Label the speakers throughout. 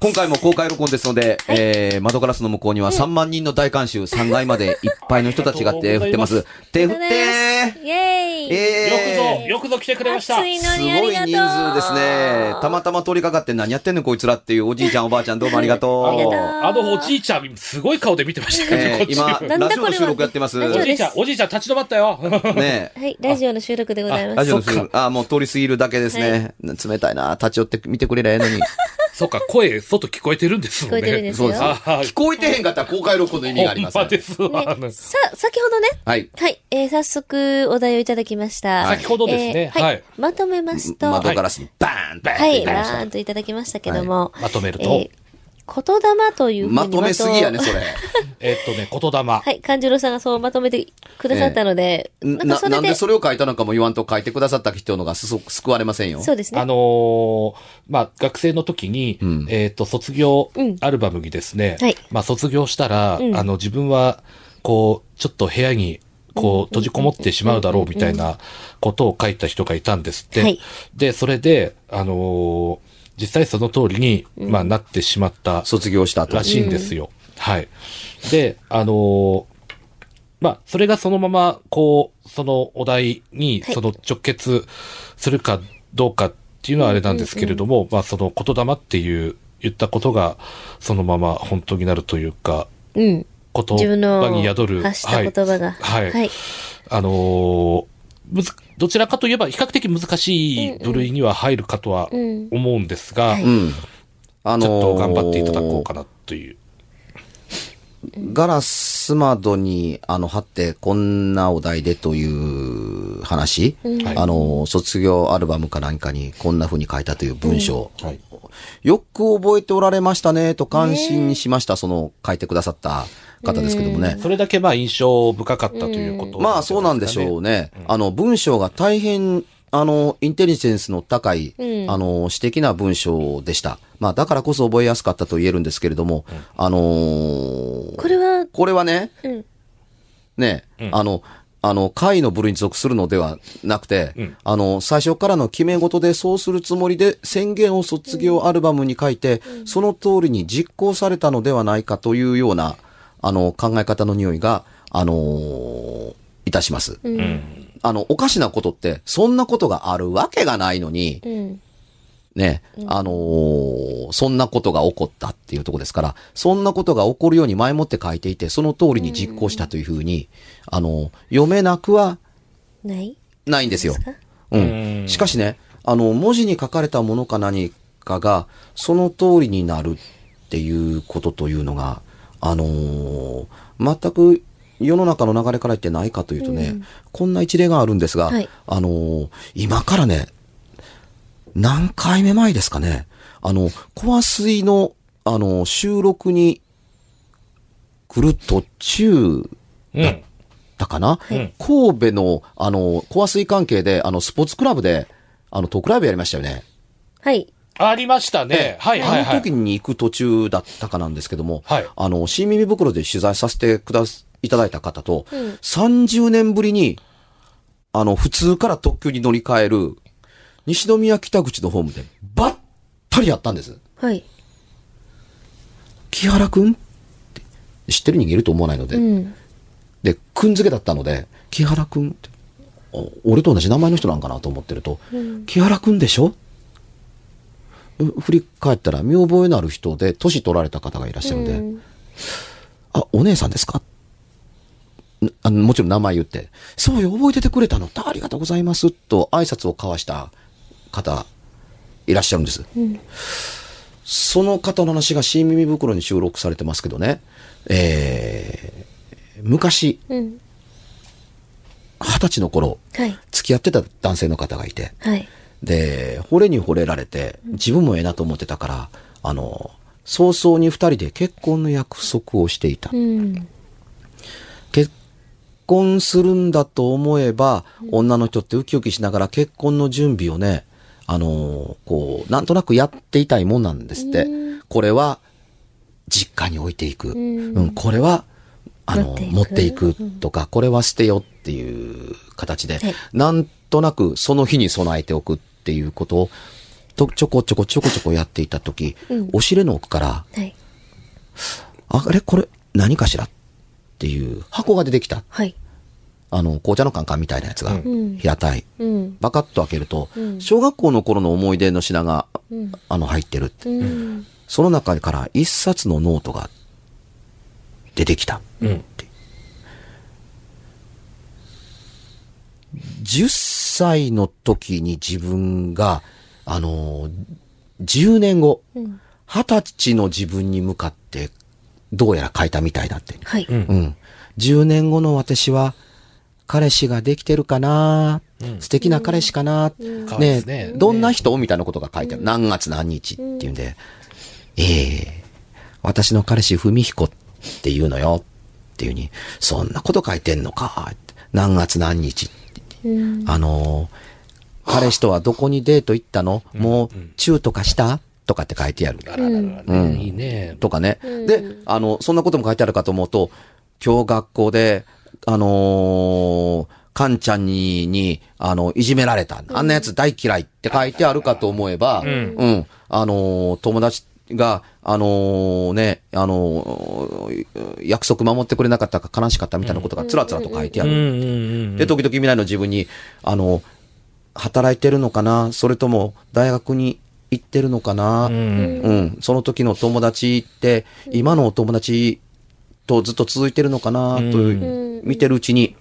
Speaker 1: 今回も公開録音ですので、えー窓ガラスの向こうには3万人の大観衆、3階までいっぱいの人たちが 手振ってます。手振って
Speaker 2: イェ
Speaker 1: ー
Speaker 2: ーイ
Speaker 1: え
Speaker 3: よくぞ、
Speaker 1: ー
Speaker 3: よくぞ来てくれました。
Speaker 2: 暑いの
Speaker 1: す
Speaker 2: にあ
Speaker 1: ご
Speaker 2: り
Speaker 1: い
Speaker 2: がとう
Speaker 1: 人数ですね。たまたま通りかかって何やってんのこいつらっていうおじいちゃんおばあちゃんどうもありが
Speaker 3: あ
Speaker 1: と
Speaker 2: りがと
Speaker 1: う。
Speaker 2: う
Speaker 3: の、あのおじいちゃん、すごい顔で見てましたけど、
Speaker 1: えー
Speaker 3: こっち
Speaker 1: 今、
Speaker 2: なんだこれは
Speaker 1: ラジオの収録やってます。
Speaker 2: ラジ
Speaker 3: お
Speaker 2: オで
Speaker 3: じいちゃん、おじいちゃん立ち止まったよ。
Speaker 1: ね
Speaker 2: はい、ラジオの収録でござい
Speaker 1: え。
Speaker 2: ま
Speaker 1: ラ
Speaker 2: す。
Speaker 1: ジオの収録。あ、もう通り過ぎるだけですね。冷たいな。立ち寄って見てくれりゃええのに。
Speaker 3: そっか、声、外聞こえてるんですもんね。
Speaker 2: 聞こえてるん ですよそうです
Speaker 3: あー
Speaker 1: 聞こえてへんかったら公開録音の意味がありませ
Speaker 3: ほん
Speaker 1: ん
Speaker 3: ま。ですわ。あの
Speaker 2: ね、さあ、先ほどね、
Speaker 1: はい。
Speaker 2: はい、えー、早速お題をいただきました。
Speaker 1: はい
Speaker 3: 先ほどですね
Speaker 2: えーは
Speaker 3: はいい。
Speaker 2: まとめますと、
Speaker 1: 窓
Speaker 2: は
Speaker 1: ガラスにバーンバーンって
Speaker 2: い、
Speaker 1: いきま
Speaker 2: バ
Speaker 1: した
Speaker 2: ーンといただきましたけども、
Speaker 3: まとめると、
Speaker 2: えー、言霊というふうに
Speaker 1: まとめすぎやね、それ。
Speaker 3: えっとね、言霊。
Speaker 2: はい、勘次郎さんがそうまとめてくださったので、なんか
Speaker 1: な、
Speaker 2: そ
Speaker 1: な
Speaker 2: れ
Speaker 1: ん
Speaker 2: で、
Speaker 1: でそれを書いたのかも言わんと書いてくださった人のがすそ救われませんよ。
Speaker 2: そうです
Speaker 3: あ
Speaker 2: ね。
Speaker 3: のーまあ、学生の時に、
Speaker 1: ん
Speaker 3: えっ、と、卒業
Speaker 2: うん
Speaker 3: アルバムにですね、
Speaker 2: はい
Speaker 3: まあ、卒業したら、
Speaker 2: ん
Speaker 3: あの、自分は、こう、ちょっと部屋に、こう、閉じこもってしまうだろうみたいなことを書いた人がいたんですって。
Speaker 2: はい
Speaker 3: で、それで、あのー実際その通りに、まあ、なってしまった
Speaker 1: 卒業した後
Speaker 3: ら。しいんですよ。はい。で、あのーまあ、それがそのまま、こう、そのお題に、
Speaker 2: はい
Speaker 3: その直結するかどうかっていうのはあれなんですけれども、まあ、その言霊っていう、言ったことが、そのまま本当になるというか、
Speaker 2: うん。
Speaker 3: 言
Speaker 2: 自分
Speaker 3: 葉
Speaker 2: の
Speaker 3: に宿る、
Speaker 2: 発した言葉が。
Speaker 3: はい。
Speaker 2: は
Speaker 3: はいい、あのーむず、どちらかといえば比較的難しい部類には入るかとは
Speaker 2: うん
Speaker 3: 思うんですが、
Speaker 2: は
Speaker 1: う
Speaker 2: い
Speaker 1: ん。あの
Speaker 3: ち
Speaker 1: ー
Speaker 3: ょっと頑張っていただこうかなという。
Speaker 1: ガラス窓に、あの、貼って、こんなお題でという話、
Speaker 3: はい
Speaker 1: あの、卒業アルバムか何かに、こんな風に書いたという文章、
Speaker 3: はい。
Speaker 1: よく覚えておられましたね、と感心しました、その、書いてくださった方ですけどもね。
Speaker 3: それだけまあ印象深かったということ、
Speaker 1: まあ、そうなんでしょう
Speaker 3: ね。
Speaker 1: ね。あの、文章が大変、あの、インテリジェンスの高い、
Speaker 2: うん
Speaker 1: あの、詩的な文章でした。まあ、だからこそ覚えやすかったと言えるんですけれども、あのー
Speaker 2: これは、
Speaker 1: これはね、
Speaker 2: うん。
Speaker 1: ね、あの、あの、会の部類に属するのではなくて、
Speaker 3: うん
Speaker 1: あの、最初からの決め事でそうするつもりで宣言を卒業アルバムに書いて、その通りに実行されたのではないかというような、あの、考え方の匂いが、あのーいたします。
Speaker 2: うん。
Speaker 1: あの、おかしなことって、そんなことがあるわけがないのに、
Speaker 2: うん。
Speaker 1: ね、あのーそんなことが起こったっていうところですから、そんなことが起こるように前もって書いていて、その通りに実行したというふうに、あのー読めなくは
Speaker 2: ない
Speaker 1: ないんですよ
Speaker 2: ですか。
Speaker 1: うん。しかしね、あの、文字に書かれたものか何かが、その通りになるっていうことというのが、あのー全く世の中の流れから言ってないかというとね、こんな一例があるんですが、
Speaker 2: はい
Speaker 1: あのー今からね、何回目前ですかね、あの、コア水の、あの収録に来る途中
Speaker 3: うん。
Speaker 1: だかな、
Speaker 3: い
Speaker 1: 神戸の、あの、コア水関係で、あの、スポーツクラブで、あの、トークライブやりましたよね。
Speaker 2: はい。
Speaker 3: ありましたね。はいはいは
Speaker 1: あの
Speaker 3: い
Speaker 1: 時。に行く途中だったかなんですけども、
Speaker 3: はい
Speaker 1: あの、新耳袋で取材させてくだす、いただいた方と、
Speaker 2: うん
Speaker 1: 30年ぶりに、あの、普通から特急に乗り換える、西宮北口のホームで、ばったりやったんです。
Speaker 2: はい。
Speaker 1: 木原くんって知ってる人間いると思わないので、
Speaker 2: うん。
Speaker 1: で、くんづけだったので、木原くんって、お俺と同じ名前の人なんかなと思ってると、木原くんでしょう振り返ったら、見覚えのある人で、年取られた方がいらっしゃるんで、
Speaker 2: うん
Speaker 1: あ、お姉さんですかんあのもちろん名前言って、そうよ、覚えててくれたの、ありがとうございます、と挨拶を交わした方、いらっしゃるんです。その方の話が新耳袋に収録されてますけどね、えー、昔、
Speaker 2: うん。
Speaker 1: 二十歳の頃、
Speaker 2: はい。
Speaker 1: 付き合ってた男性の方がいて、
Speaker 2: はい。
Speaker 1: で、惚れに惚れられて、自分もええなと思ってたから、あの、早々に二人で結婚の約束をしていた
Speaker 2: う。ん。
Speaker 1: 結婚するんだと思えば、女の人ってウキウキしながら結婚の準備をね、あの、こう、なんとなくやっていたいもんなんですって。これは、実家に置いていく。
Speaker 2: ん
Speaker 1: うん、これは、あの、
Speaker 2: 持
Speaker 1: 持
Speaker 2: っ
Speaker 1: ってて
Speaker 2: い
Speaker 1: い
Speaker 2: く
Speaker 1: くとか、これは捨てよっていう形で
Speaker 2: はい、
Speaker 1: なんとなくその日に備えておくっていうことをとちょこちょこちょこちょこやっていた時、
Speaker 2: うん
Speaker 1: お尻の奥から、
Speaker 2: はい。
Speaker 1: あれこれ何かしらっていう箱が出てきた。
Speaker 2: はい。
Speaker 1: あの、紅茶のカンカンみたいなやつが、
Speaker 2: ん
Speaker 1: 平たい。
Speaker 2: うん。
Speaker 1: バカッと開けると、
Speaker 2: うん
Speaker 1: 小学校の頃の思い出の品が、
Speaker 2: うん
Speaker 1: あの、入ってる。
Speaker 2: うん。
Speaker 1: その中から一冊のノートが出てきた。
Speaker 3: うん。
Speaker 1: 10歳の時に自分が、あの、10年後、
Speaker 2: うん。
Speaker 1: 20歳の自分に向かって、どうやら書いたみたいだって。
Speaker 2: はい。
Speaker 3: うん
Speaker 1: うん。10年後の私は、彼氏ができてるかな、
Speaker 3: うん
Speaker 1: 素敵な彼氏かな、
Speaker 3: 可愛いで
Speaker 1: ね
Speaker 3: すね
Speaker 1: どんな人みたいなことが書いてある。何月何日っていうんで、ええ私の彼氏、文彦っていうのよ。っていうに、そんなこと書いてんのか。何月何日
Speaker 2: うん。
Speaker 1: あのー彼氏とはどこにデート行ったのもう、チューとかしたとかって書いてある。
Speaker 3: あらららら
Speaker 1: うん
Speaker 3: ね、いいね。
Speaker 1: とかね。で、あの、そんなことも書いてあるかと思うと、今日学校で、あのーカンちゃんに、に、あの、いじめられた。あんなやつ大嫌いって書いてあるかと思えば、うん、あのー友達が、あのーね、あのー約束守ってくれなかったか悲しかったみたいなことがつらつらと書いてあ
Speaker 3: うん
Speaker 1: る。
Speaker 3: うんうん
Speaker 1: で、時々未来の自分に、あの、働いてるのかなそれとも大学に行ってるのかな、
Speaker 3: うん。うん。
Speaker 1: うん、その時の友達って、今のお友達とずっと続いてるのかなという、見てるうちに、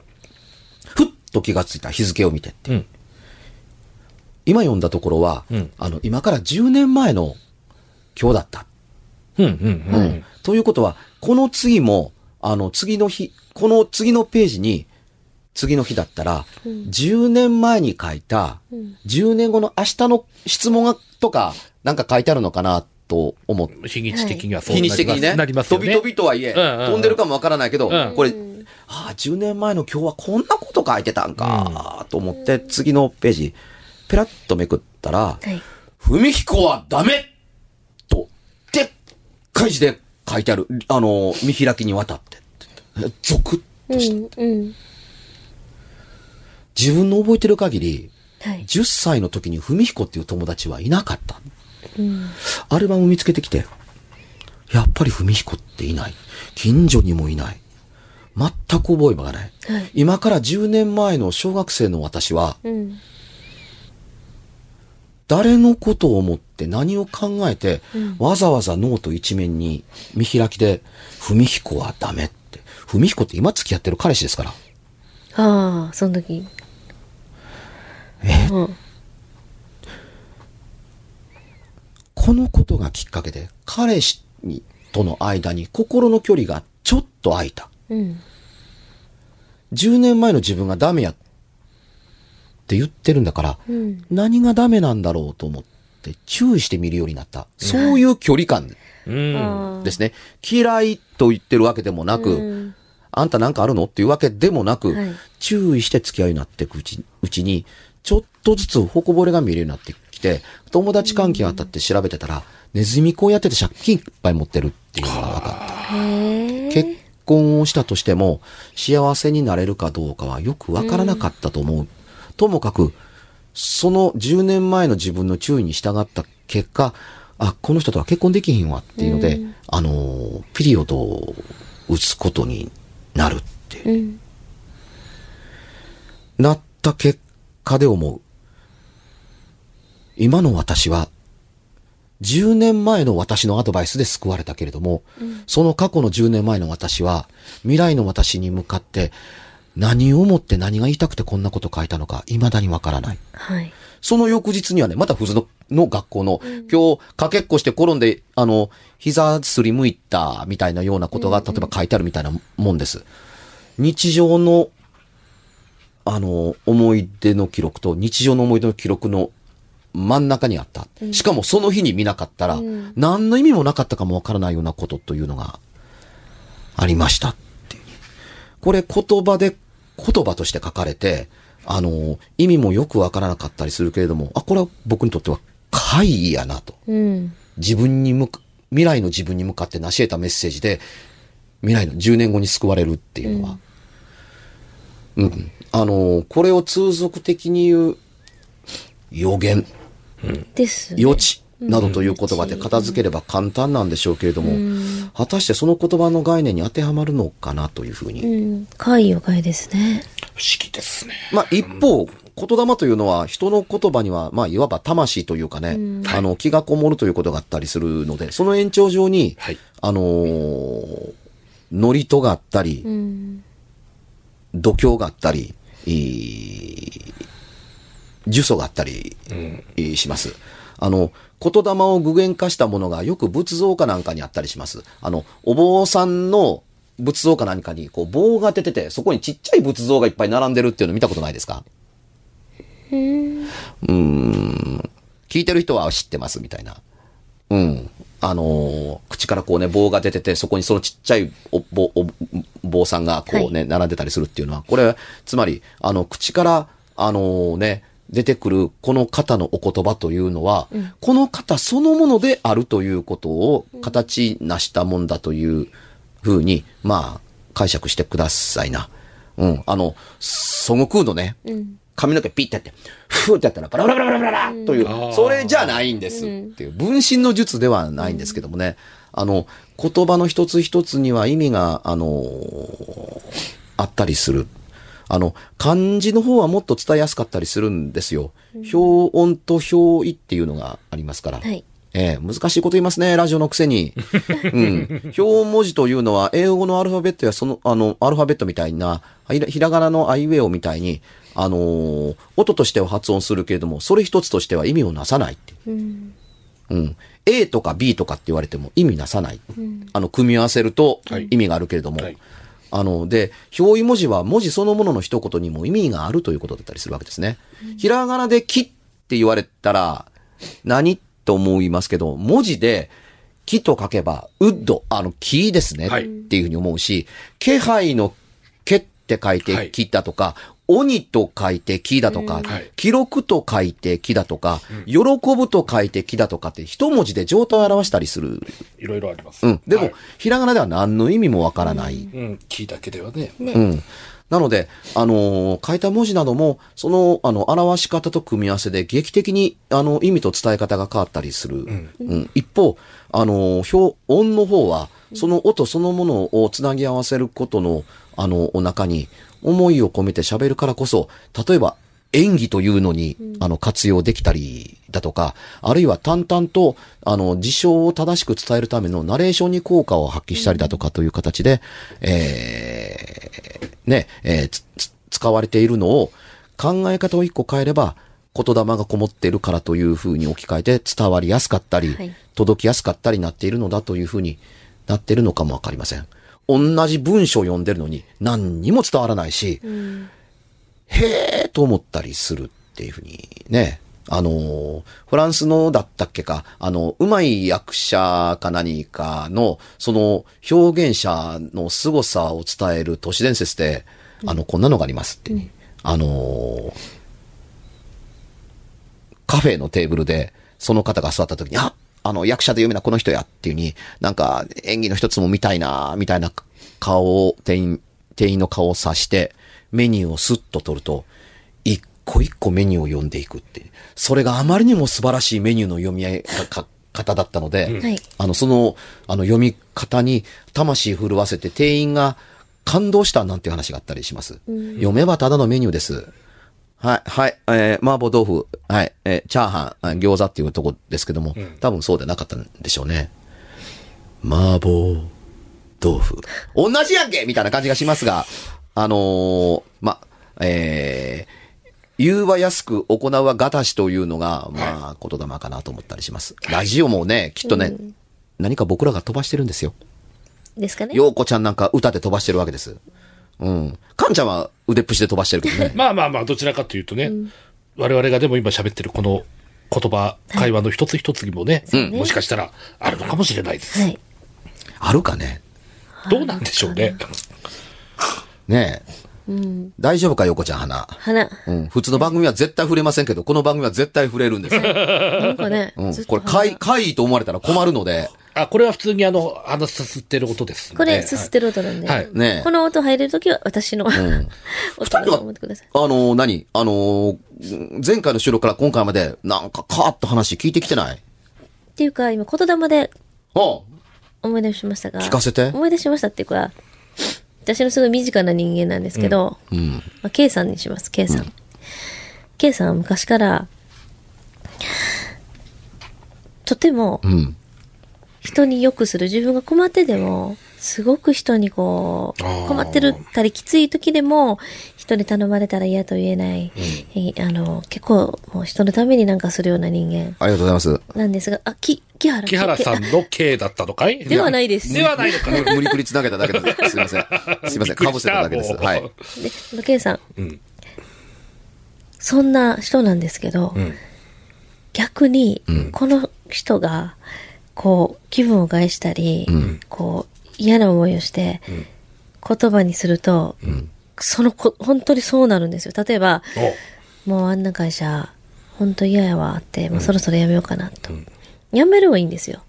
Speaker 1: ふっと気がついた日付を見てって。
Speaker 3: うん
Speaker 1: 今読んだところは、
Speaker 3: うん
Speaker 1: あの、今から10年前の今日だった。
Speaker 3: うんうん
Speaker 1: う
Speaker 3: うんん。
Speaker 1: ということは、この次も、あの、次の日、この次のページに、次の日だったら、10年前に書いた、10年後の明日の質問がとか、なんか書いてあるのかな、と思って。
Speaker 3: 日にち的にはそう
Speaker 1: 日
Speaker 3: な
Speaker 1: に
Speaker 3: りま
Speaker 1: ち
Speaker 3: す
Speaker 1: 的にね、
Speaker 3: なりますよ
Speaker 1: 飛び
Speaker 3: ね。
Speaker 1: 飛びとはいえ、
Speaker 3: うんうんうん
Speaker 1: 飛んでるかもわからないけど、
Speaker 3: うん
Speaker 1: これ、ああ、10年前の今日はこんなこと書いてたんか、と思って、次のページ、ペラッとめくったら、
Speaker 2: はい。
Speaker 1: 文彦はダメと、でっかい字で書いてある、あの、見開きにわたって。ゾクッ
Speaker 2: う
Speaker 1: とした。
Speaker 2: ん。うん。
Speaker 1: 自分の覚えてる限り、
Speaker 2: はい。
Speaker 1: 10歳の時に文彦っていう友達はいなかった。
Speaker 2: うん。
Speaker 1: アルバム見つけてきて、やっぱり文彦っていない。近所にもいない。全く覚えがない。
Speaker 2: はい。
Speaker 1: 今から10年前の小学生の私は、
Speaker 2: うん。
Speaker 1: 誰のことを思って何を考えて、わざわざノート一面に見開きで、文彦はダメって。文彦って今付き合ってる彼氏ですから。
Speaker 2: ああ、その時。
Speaker 1: え
Speaker 2: うん。
Speaker 1: このことがきっかけで、彼氏にとの間に心の距離がちょっと空いた。
Speaker 2: うん。
Speaker 1: 10年前の自分がダメやって言ってるんだから、
Speaker 2: うん。
Speaker 1: 何がダメなんだろうと思って注意してみるようになった。そういう距離感
Speaker 3: うん。
Speaker 2: ああ。
Speaker 1: ですね。嫌いと言ってるわけでもなく、
Speaker 2: うん。
Speaker 1: あんたなんかあるのっていうわけでもなく、
Speaker 2: はい
Speaker 1: 注意して付き合いになっていくうちうちに、ちょっとずつほこぼれが見えるようになってきて、友達関係があたって調べてたら、ネズミ子やってて借金いっぱい持ってるっていうのが分かっ
Speaker 2: へ
Speaker 1: た。
Speaker 2: え。
Speaker 1: 結婚をしたとしても、幸せになれるかどうかはよく分からなかったと思う。ともかく、その10年前の自分の注意に従った結果、あ、この人とは結婚できひんわっていうので、あのー、ピリオドを打つことになるっていう
Speaker 2: うん。
Speaker 1: なった結果で思う。今の私は、10年前の私のアドバイスで救われたけれども、その過去の10年前の私は、未来の私に向かって、何を思って何が言いたくてこんなこと書いたのか、未だにわからない。
Speaker 2: はい。
Speaker 1: その翌日にはね、また普通のの学校の、今日、かけっこして転んで、あの、膝すりむいた、みたいなようなことが、例えば書いてあるみたいなもんです。日常の、あの、思い出の記録と、日常の思い出の記録の真ん中にあった。しかもその日に見なかったら、
Speaker 2: うん
Speaker 1: 何の意味もなかったかもわからないようなことというのが、ありましたっていう。これ言葉で、言葉として書かれて、あの、意味もよくわからなかったりするけれども、あ、これは僕にとっては怪異やなと。
Speaker 2: うん。
Speaker 1: 自分に向か、未来の自分に向かって成し得たメッセージで、未来の10年後に救われるっていうのは。うん。あの、これを通俗的に言う、予言。
Speaker 2: ですね。
Speaker 1: 余地などという言葉で片付ければ簡単なんでしょうけれども、果たしてその言葉の概念に当てはまるのかなというふうに。
Speaker 2: うん。怪異は怪ですね。
Speaker 3: 不思議ですね。
Speaker 1: まあ一方、言霊というのは人の言葉には、まあいわば魂というかね、あの気がこもるということがあったりするので、その延長上に、
Speaker 3: はい
Speaker 1: あのー、ノリとがあったり、
Speaker 2: うん。
Speaker 1: 度胸があったり、いい呪詛があったり
Speaker 3: うん。
Speaker 1: いいします。あの、言霊を具現化したものがよく仏像かなんかにあったりします。あの、お坊さんの仏像か何かにこう棒が出てて、そこにちっちゃい仏像がいっぱい並んでるっていうの見たことないですかうーん。聞いてる人は知ってますみたいな。うん。あのー口からこうね、棒が出てて、そこにそのちっちゃいお棒お棒さんがこうね、並んでたりするっていうのは、これ、つまり、あの、口から、あのーね、出てくるこの方のお言葉というのは、この方そのものであるということを形なしたもんだというふうに、まあ、解釈してくださいな。うん。あの、孫悟空のね、
Speaker 2: うん。
Speaker 1: 髪の毛ピッてやって、ふーってやったら、バラバラバラバラバラという、
Speaker 3: あー
Speaker 1: それじゃないんですっていう、分身の術ではないんですけどもね、あの、言葉の一つ一つには意味が、あのーあったりする。あの、漢字の方はもっと伝えやすかったりするんですよ。表音と表意っていうのがありますから。
Speaker 2: はい。
Speaker 1: ええ、難しいこと言いますね、ラジオのくせに。うん。表文字というのは、英語のアルファベットやその、あの、アルファベットみたいな、ひらひらがなのアイウェオみたいに、あのー音としては発音するけれども、それ一つとしては意味をなさないって。
Speaker 2: うん。
Speaker 1: うん。A とか B とかって言われても意味なさない。あの、組み合わせると
Speaker 3: はい
Speaker 1: 意味があるけれども、
Speaker 3: はい
Speaker 1: あの、で、表意文字は文字そのものの一言にも意味があるということだったりするわけですね。ひらがなで木って言われたら、何と思いますけど、文字で木と書けば、ウッド、あの、木ですね、
Speaker 3: はい
Speaker 1: っていうふうに思うし、気配の毛って書い
Speaker 3: は
Speaker 1: て
Speaker 3: い
Speaker 1: 木だとか、鬼と書いて木だとか、
Speaker 3: はい
Speaker 1: 記録と書いて木だとか、喜ぶと書いて木だとかって一文字で状態を表したりする。
Speaker 3: いろいろあります。
Speaker 1: うん。でも、
Speaker 3: はい
Speaker 1: ひらがなでは何の意味もわからない。
Speaker 3: うん。木だけではね。
Speaker 1: う
Speaker 2: ね。
Speaker 1: ん。なので、あのー書いた文字なども、その、あの、表し方と組み合わせで劇的に、あの、意味と伝え方が変わったりする。うん。一方、あのー表、音の方は、その音そのものをつなぎ合わせることの、あの、お中に、思いを込めて喋るからこそ、例えば、演技というのに、あの、活用できたりだとか、あるいは淡々と、あの、事象を正しく伝えるためのナレーションに効果を発揮したりだとかという形で、えーね、えーつつ使われているのを、考え方を一個変えれば、言霊がこもっているからというふうに置き換えて伝わりやすかったり、
Speaker 2: はい
Speaker 1: 届きやすかったりなっているのだというふうになっているのかもわかりません。同じ文章を読んでるのに何にも伝わらないし、
Speaker 2: うん。
Speaker 1: へえと思ったりするっていうふうにね。あのー、フランスのだったっけか、あの、うまい役者か何かの、その表現者の凄さを伝える都市伝説で、あの、こんなのがありますって。あのー、カフェのテーブルで、その方が座った時に、ああの、役者で有名なこの人やっていうに、なんか、演技の一つも見たいな、みたいな顔を、店員、店員の顔を指して、メニューをスッと取ると、一個一個メニューを読んでいくって。それがあまりにも素晴らしいメニューの読み合いかか方だったので、
Speaker 2: はい
Speaker 1: あの、その、あの、読み方に魂震わせて店員が感動したなんていう話があったりします。読めばただのメニューです。はい、はい、えー、麻婆豆腐、はい、えーチャーハン、あ餃子っていうとこですけども、多分そうでなかったんでしょうね。麻婆豆腐。同じやんけみたいな感じがしますが、あのーま、えー、言うは安く行うはがたしというのが、まあ、言霊かなと思ったりします。ラジオもね、きっとね、何か僕らが飛ばしてるんですよ。
Speaker 2: ですかね。
Speaker 1: ようこちゃんなんか歌で飛ばしてるわけです。うん。かんちゃんは腕っぷしで飛ばしてるけど ね。
Speaker 3: まあまあまあ、どちらかというとね、我々がでも今喋ってるこの言葉、会話の一つ一つにもね、
Speaker 2: そうね
Speaker 3: もしかしたらあるのかもしれないです。
Speaker 2: はい。
Speaker 1: あるかね
Speaker 3: どうなんでしょうね。
Speaker 1: ねえ。
Speaker 2: うん。
Speaker 1: 大丈夫か、横ちゃん、花。
Speaker 2: 花。
Speaker 1: うん。普通の番組は絶対触れませんけ ど、この番組は絶対触れるんです。
Speaker 2: なんかね
Speaker 1: う。ん
Speaker 2: ずっ。と
Speaker 1: これ、怪、
Speaker 2: 花
Speaker 1: 怪異と思われたら困るので、
Speaker 3: あ、これは普通にあの、話さすってる音ですね。
Speaker 2: これ、すすってる音なんで。
Speaker 3: はい
Speaker 1: ねえ
Speaker 2: この音入れるときは私の、
Speaker 1: ん
Speaker 2: 音だと思ってください。
Speaker 1: あのー何あのー前回の収録から今回まで、なんかカーッと話聞いてきてない
Speaker 2: っていうか、今、言霊で
Speaker 1: あ
Speaker 2: 思い出しましたが。
Speaker 1: 聞かせて
Speaker 2: 思い出しましたっていうか、私のすごい身近な人間なんですけど、
Speaker 1: うん。
Speaker 2: まあ、K さんにします、K さん。K さんは昔から、とても
Speaker 1: うん。
Speaker 2: 人に良くする、自分が困ってでも、すごく人にこう
Speaker 3: あー、
Speaker 2: 困ってるったりきつい時でも、人に頼まれたら嫌と言えない、えーあの、結構もう人のためになんかするような人間
Speaker 1: ありがとうございます。
Speaker 2: なんですが、あ、き、木原
Speaker 3: 木原さんの K だったのかい
Speaker 2: ではないです
Speaker 3: ではない のか。
Speaker 1: 無無理くり繋げただけなんです。すいませ ん。すいません。かぶせただけです。
Speaker 3: もう
Speaker 1: はい。
Speaker 2: で、あの、ケンさん。
Speaker 3: うん
Speaker 2: そんな人なんですけど、
Speaker 3: ん
Speaker 2: 逆に、この人が、こう、気分を害したり、こう、嫌な思いをして、言葉にすると、そのこ、本当にそうなるんですよ。例えば、
Speaker 3: お
Speaker 2: もうあんな会社、本当嫌やわって、もうそろそろ辞めようかなと。辞めるはいいんですよ。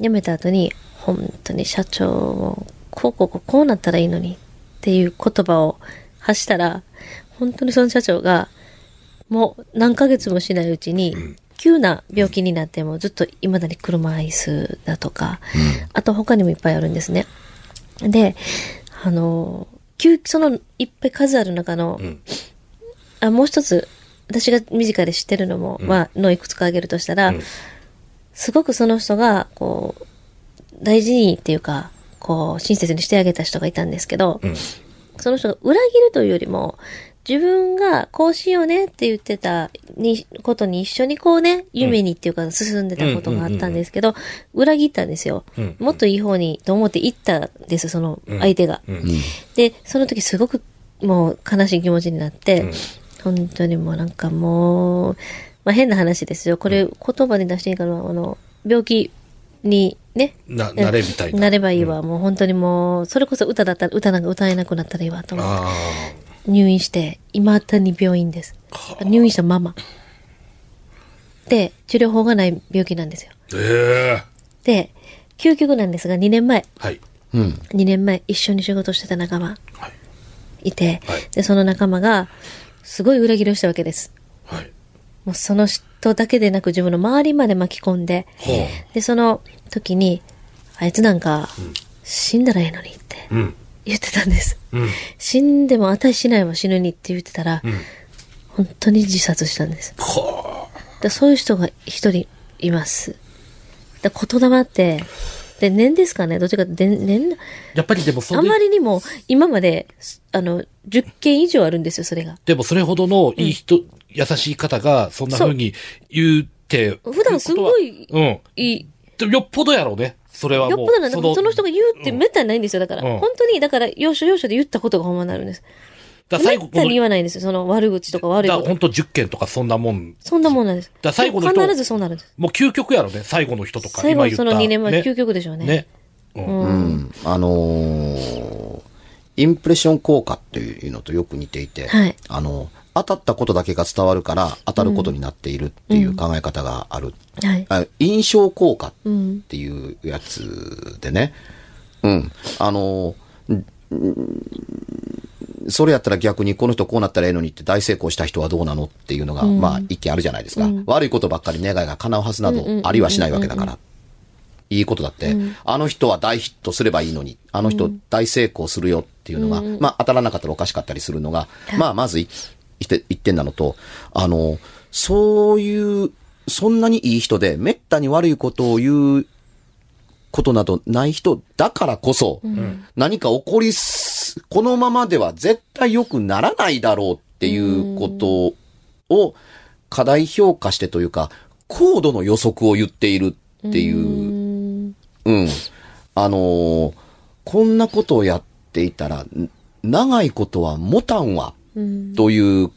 Speaker 2: 辞めた後に、本当に社長も、こうこうこうこうなったらいいのにっていう言葉を発したら、本当にその社長が、もう何ヶ月もしないうちに、急な病気になってもずっと未だに車椅子だとか、あと他にもいっぱいあるんですね。で、あの、急、そのいっぱい数ある中の、あもう一つ私が身近で知ってるのも、まあのいくつか挙げるとしたら、すごくその人がこう大事にっていうかこう親切にしてあげた人がいたんですけど、その人が裏切るというよりも自分がこうしようねって言ってたにことに一緒にこうね夢にっていうか進んでたことがあったんですけど、裏切ったんですよ、
Speaker 3: うん
Speaker 2: もっといい方にと思って行ったんですその相手が。で、その時すごくもう悲しい気持ちになって、本当にもうなんかもう、まあ変な話ですよ。これ言葉に出していいかな、あの、病気にね、
Speaker 3: な、なれみたいな。
Speaker 2: なればいいわ。もう本当にもう、それこそ歌だったら、歌なんか歌えなくなったらいいわと思って
Speaker 3: あ
Speaker 2: 入院して、未だに病院です。入院したまま。で、治療法がない病気なんですよ。
Speaker 3: あ。ええ
Speaker 2: で、究極なんですが、2年前、
Speaker 3: はい。
Speaker 1: うん。
Speaker 2: 2年前一緒に仕事してた仲間、
Speaker 3: はい。
Speaker 2: いて、
Speaker 3: はい
Speaker 2: で、その仲間が、すごい裏切りをしたわけです。
Speaker 3: はい。
Speaker 2: もうその人だけでなく自分の周りまで巻き込んで、
Speaker 3: ほ
Speaker 2: で、その時に、あいつなんか、死んだらええのにって
Speaker 3: う。うん。
Speaker 2: 言ってたんです。
Speaker 3: うん。
Speaker 2: 死んでも値しないわ死ぬにって言ってたら、
Speaker 3: ん
Speaker 2: 本当に自殺したんです。
Speaker 3: ほ
Speaker 2: だそういう人が一人います。だ言霊って、で、年ですかねどっちかって、で年、
Speaker 3: うやっぱりでもそ
Speaker 2: あま
Speaker 3: れ、
Speaker 2: りにも今まで、あの、10件以上あるんですよ、それが。
Speaker 3: でもそれほどのいい人、優しい方がそんな風に言うって。
Speaker 2: 普段すごい
Speaker 3: うん。
Speaker 2: いい。
Speaker 3: でもよっぽどやろうね。それは
Speaker 2: よっ
Speaker 3: もう。
Speaker 2: ぽどなんかその人が言うって
Speaker 3: うん
Speaker 2: めったにないんですよ、だから。
Speaker 3: うん
Speaker 2: 本当に、だから、要所要所で言ったことがほんまになるんです。
Speaker 3: だから
Speaker 2: め
Speaker 3: 最後、
Speaker 2: ったに言
Speaker 3: こ
Speaker 2: わないんですよ、その悪口とか
Speaker 3: の
Speaker 2: 悪い
Speaker 3: だ
Speaker 2: こ
Speaker 3: ほ
Speaker 2: と。
Speaker 3: んと10件とかそんなもん。
Speaker 2: そんなもんなんです。
Speaker 3: だから最後の人
Speaker 2: 必ずそうなるんです。
Speaker 3: もう究極やろうね。最後の人とか。
Speaker 2: 最
Speaker 3: 今
Speaker 2: 後
Speaker 3: 言
Speaker 2: の
Speaker 3: った
Speaker 2: その2年前、
Speaker 3: ね
Speaker 2: 究極でしょうね。
Speaker 3: ね。
Speaker 1: うん。あのーインプレッション効果っていうのとよく似ていて、
Speaker 2: はい
Speaker 1: あの、当たったことだけが伝わるから当たることになっているっていう考え方がある。
Speaker 2: はい。
Speaker 1: あ印象効果
Speaker 2: うん。
Speaker 1: っていうやつでね。うん。あの、んんそれやったら逆にこの人こうなったらええのにって大成功した人はどうなのっていうのが、まあ一見あるじゃないですか、悪いことばっかり願いが叶うはずなどありはしないわけだから。いいことだって、あの人は大ヒットすればいいのに、あの人大成功するよっていうのが、まあ当たらなかったらおかしかったりするのが、まあまずい一一点なのと、あの、そういう、そんなにいい人で、めったに悪いことを言うことなどない人だからこそ、何か起こりす、このままでは絶対良くならないだろうっていうことを過大評価してというか、高度の予測を言っているっていうう、
Speaker 2: ん。
Speaker 1: うん。あのーこんなことをやっていたら、ん長いことは持たんわ
Speaker 2: うん。
Speaker 1: という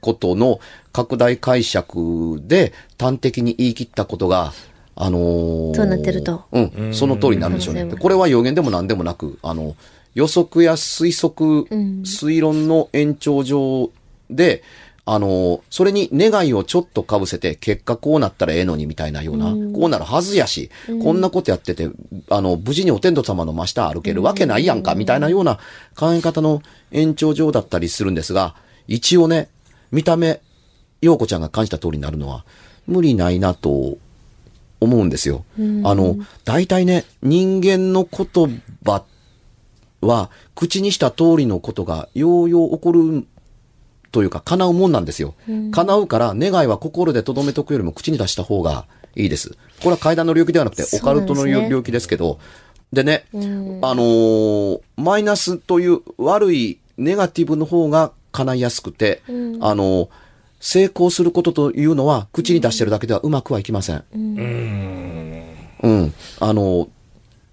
Speaker 1: ことの拡大解釈で端的に言い切ったことが、あのー
Speaker 2: そうなってると
Speaker 1: うん、その通りになるんでしょうね。
Speaker 2: うん
Speaker 1: でこれは予言でも何でもなく、あの、予測や推測、
Speaker 2: うん
Speaker 1: 推論の延長上で、あの、それに願いをちょっと被せて、結果こうなったらええのにみたいなような、こうなるはずやし、こんなことやってて、あの、無事にお天道様の真下歩けるわけないやんか、みたいなような考え方の延長上だったりするんですが、一応ね、見た目、陽子ちゃんが感じた通りになるのは、無理ないなと思うんですよ。あの、大体ね、人間の言葉って、は、口にした通りのことが、ようよう起こる、というか、叶うもんなんですよ。叶うから、願いは心で留めとくよりも口に出した方がいいです。これは階段の領域ではなくて、
Speaker 2: そ
Speaker 1: オ
Speaker 2: うな
Speaker 1: カ
Speaker 2: んで
Speaker 1: ル
Speaker 2: すね
Speaker 1: トの領領域ですけど、でね、
Speaker 2: ん
Speaker 1: あのーマイナスという悪いネガティブの方が叶いやすくて、あのー成功することというのは、口に出してるだけではうまくはいきません。うん。あの、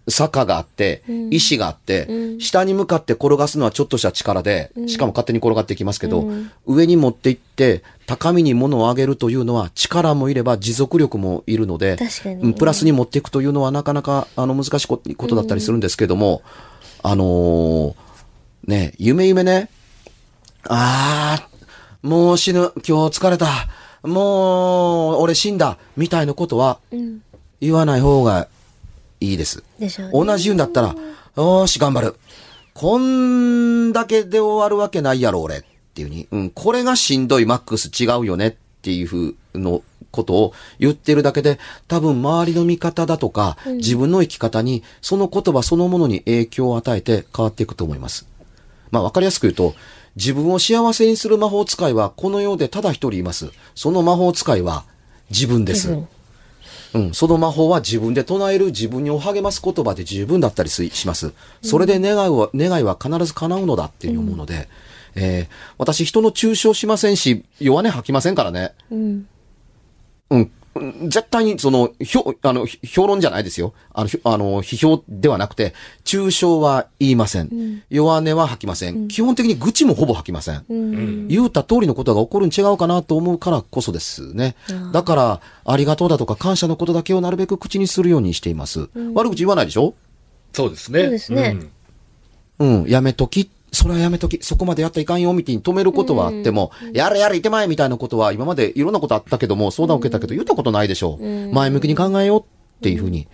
Speaker 1: 坂があって、石があって、下に向かって転がすのはちょっとした力で、しかも勝手に転がっていきますけど、上に持っていって、高みに物を上げるというのは力もいれば持続力もいるので、
Speaker 2: 確かに
Speaker 1: うんプラスに持っていくというのはなかなかあの難しいこことだったりするんですけども、あのーね、夢夢ね、ああ、もう死ぬ、今日疲れた、もう俺死んだ、みたいなことは
Speaker 2: うん。
Speaker 1: 言わない方がいいです。
Speaker 2: でしょうね。
Speaker 1: 同じ言うんだったら、よーし、頑張る。こんだけで終わるわけないやろ、俺。っていうふうに。うん、これがしんどい、マックス違うよね。っていうふうのことを言ってるだけで、多分周りの見方だとか、自分の生き方に、その言葉そのものに影響を与えて変わっていくと思います。まあ、わかりやすく言うと、自分を幸せにする魔法使いは、この世でただ一人います。その魔法使いは、自分です。
Speaker 2: うん
Speaker 1: うん、その魔法は自分で唱える自分を励ます言葉で十分だったりすします。それで願いは、願いは必ず叶うのだっていうふうに思うので、えー私人の中傷しませんし、弱音吐きませんからね。
Speaker 2: うん。
Speaker 1: うん。うん絶対に、その、評、あの、ひ評論じゃないですよ。あの、ひあの批評ではなくて、中傷は言いません。弱音は吐きません,、基本的に愚痴もほぼ吐きません。言うた通りのことが起こるに違うかなと思うからこそですね。だから、ありがとうだとか感謝のことだけをなるべく口にするようにしています。悪口言わないでしょ
Speaker 3: そうですね。
Speaker 2: そうですね
Speaker 3: ん
Speaker 1: うん、やめとき、それはやめとき、そこまでやったらいかんよ、みたいに止めることはあっても、やれやれ、いてまえ、みたいなことは、今までいろんなことあったけども、相談を受けたけど、言ったことないでしょう。前向きに考えようっていうふうに、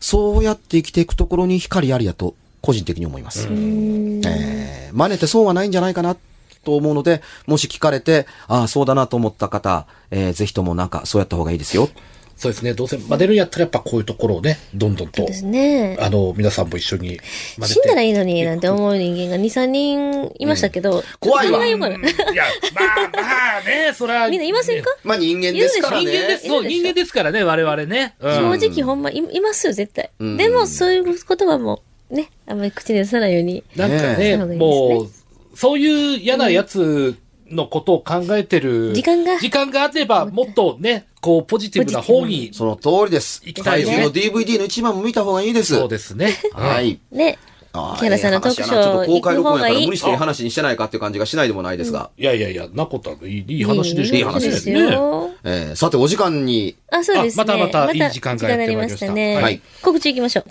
Speaker 1: そうやって生きていくところに光ありやと、個人的に思います。えー真似て損はないんじゃないかな、と思うので、もし聞かれて、ああ、そうだなと思った方、えーぜひともなんか、そうやった方がいいですよ。
Speaker 3: そうですね。どうせ真似るんやったらやっぱこういうところをね、どんどん
Speaker 2: そ
Speaker 3: と
Speaker 2: うで、すね。
Speaker 3: あの、皆さんも一緒に真似て
Speaker 2: 死んだらいいのになんて思う人間が2、3人いましたけど、
Speaker 1: 怖いわ
Speaker 2: 考えようか
Speaker 3: う
Speaker 2: なん
Speaker 3: いや、まあまあね、そら。
Speaker 2: みんないませんか、
Speaker 1: まあ人間ですからね。
Speaker 2: 言うでし
Speaker 3: そ
Speaker 2: ょ人間です
Speaker 3: う、人間ですからね、我々ね。うん
Speaker 2: 正直ほんまい、いますよ、絶対。でも、そういう言葉も、ね、あんまり口に出さないように。
Speaker 3: なんか
Speaker 1: ね
Speaker 3: ね、
Speaker 2: え
Speaker 3: もう、そういう嫌なやつのことを考えてる、
Speaker 2: 時間が
Speaker 3: 時間があれば、もっとね、こう、ポジティブな方に、
Speaker 1: その通りです。
Speaker 3: 行きたいね
Speaker 1: 怪獣の DVD の一番も見た方がいいです。
Speaker 3: そうですね。
Speaker 1: は。い。
Speaker 2: ね。
Speaker 1: あー
Speaker 2: 木原さんの
Speaker 1: ええ話やな
Speaker 2: トークショー
Speaker 1: ちょっと公開録音やから
Speaker 2: 行く方がいい
Speaker 1: 無理していい話にしてないかっていう感じがしないでもないですが。
Speaker 3: いやいやいや、なことはいいいい話でしょ
Speaker 1: いい話
Speaker 2: です
Speaker 3: ね。
Speaker 2: よ。
Speaker 1: えーさて、お時間に、
Speaker 2: あ、そうですね。
Speaker 3: あまたまたいい時間がやってまいりました
Speaker 2: 時間になりましたね。
Speaker 1: はい
Speaker 2: 告知行きましょう。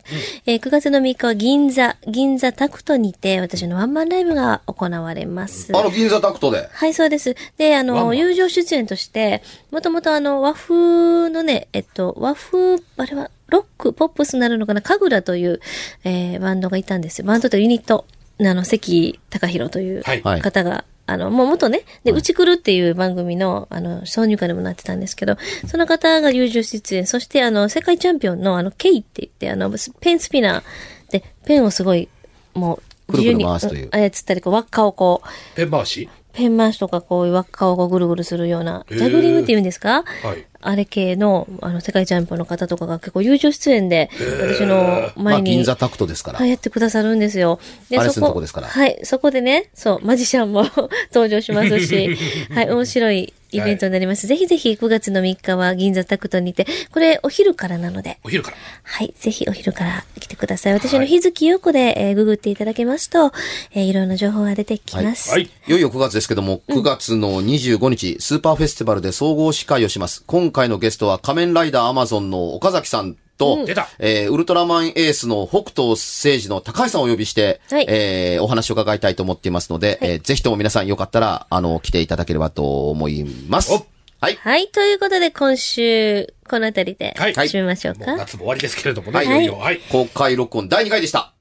Speaker 2: えー9月の3日は銀座、銀座タクトにて、私のワンマンライブが行われます。
Speaker 1: あの銀座タクトで、
Speaker 2: はい、そうです。で、あ
Speaker 3: ワンマ
Speaker 2: の、
Speaker 3: ン
Speaker 2: 友情出演として、もともとあの、和風のね、えっと、和風、あれは、ロック、ポップスになるのかな、神楽という、えーバンドがいたんですよ。バンドというユニット、あの、関隆弘という
Speaker 3: はい
Speaker 1: はい
Speaker 2: 方が、あの、もう元ね、で、うちくるっていう番組の、あの、挿入歌でもなってたんですけど、その方が友情出演、そしてあの、世界チャンピオンのあの、ケイって言って、あの、ペンスピナーで、ペンをすごい、もう、
Speaker 1: くるくる回すという
Speaker 2: 自由にん操ったり、こう、輪っかをこう、
Speaker 3: ペン回し
Speaker 2: ペン回しとかこういう輪っかをこうぐるぐるするような、ジャグリングって言うんですか、
Speaker 3: はい
Speaker 2: あれ系の、あの、世界チャンピオンの方とかが結構友情出演で、私の
Speaker 1: まあ、
Speaker 2: 前に、
Speaker 1: 銀座タクトですから。
Speaker 2: はい、やってくださるんですよ。
Speaker 1: アレスのとこですから
Speaker 2: はい、そこでね、そう、マジシャンも 登場します し、はい、面白いイベントになります。ぜひぜひ9月の3日は銀座タクトにて、これお昼からなので、
Speaker 3: お昼から。
Speaker 2: はい。ぜひお昼から来てください。私の日月陽子で、えーググっていただけますと、えーいろんな情報が出てきます。
Speaker 3: はい。
Speaker 1: いよいよ9月ですけども、9月の25日、スーパーフェスティバルで総合司会をします。今回のゲストは仮面ライダーアマゾンの岡崎さんと、
Speaker 3: 出た
Speaker 1: えーウルトラマンエースの北斗誠治の高橋さんをお呼びして、
Speaker 2: はい
Speaker 1: えーお話を伺いたいと思っていますので、えーぜひとも皆さんよかったら、あの、来ていただければと思います
Speaker 3: お。
Speaker 1: はい。
Speaker 2: はい、ということで今週、このあたりで、
Speaker 3: はい
Speaker 2: 締めましょうか。
Speaker 3: もう夏も終わりですけれどもね、
Speaker 1: はい
Speaker 3: いよいよ。はい。
Speaker 1: 公開録音第2回でした。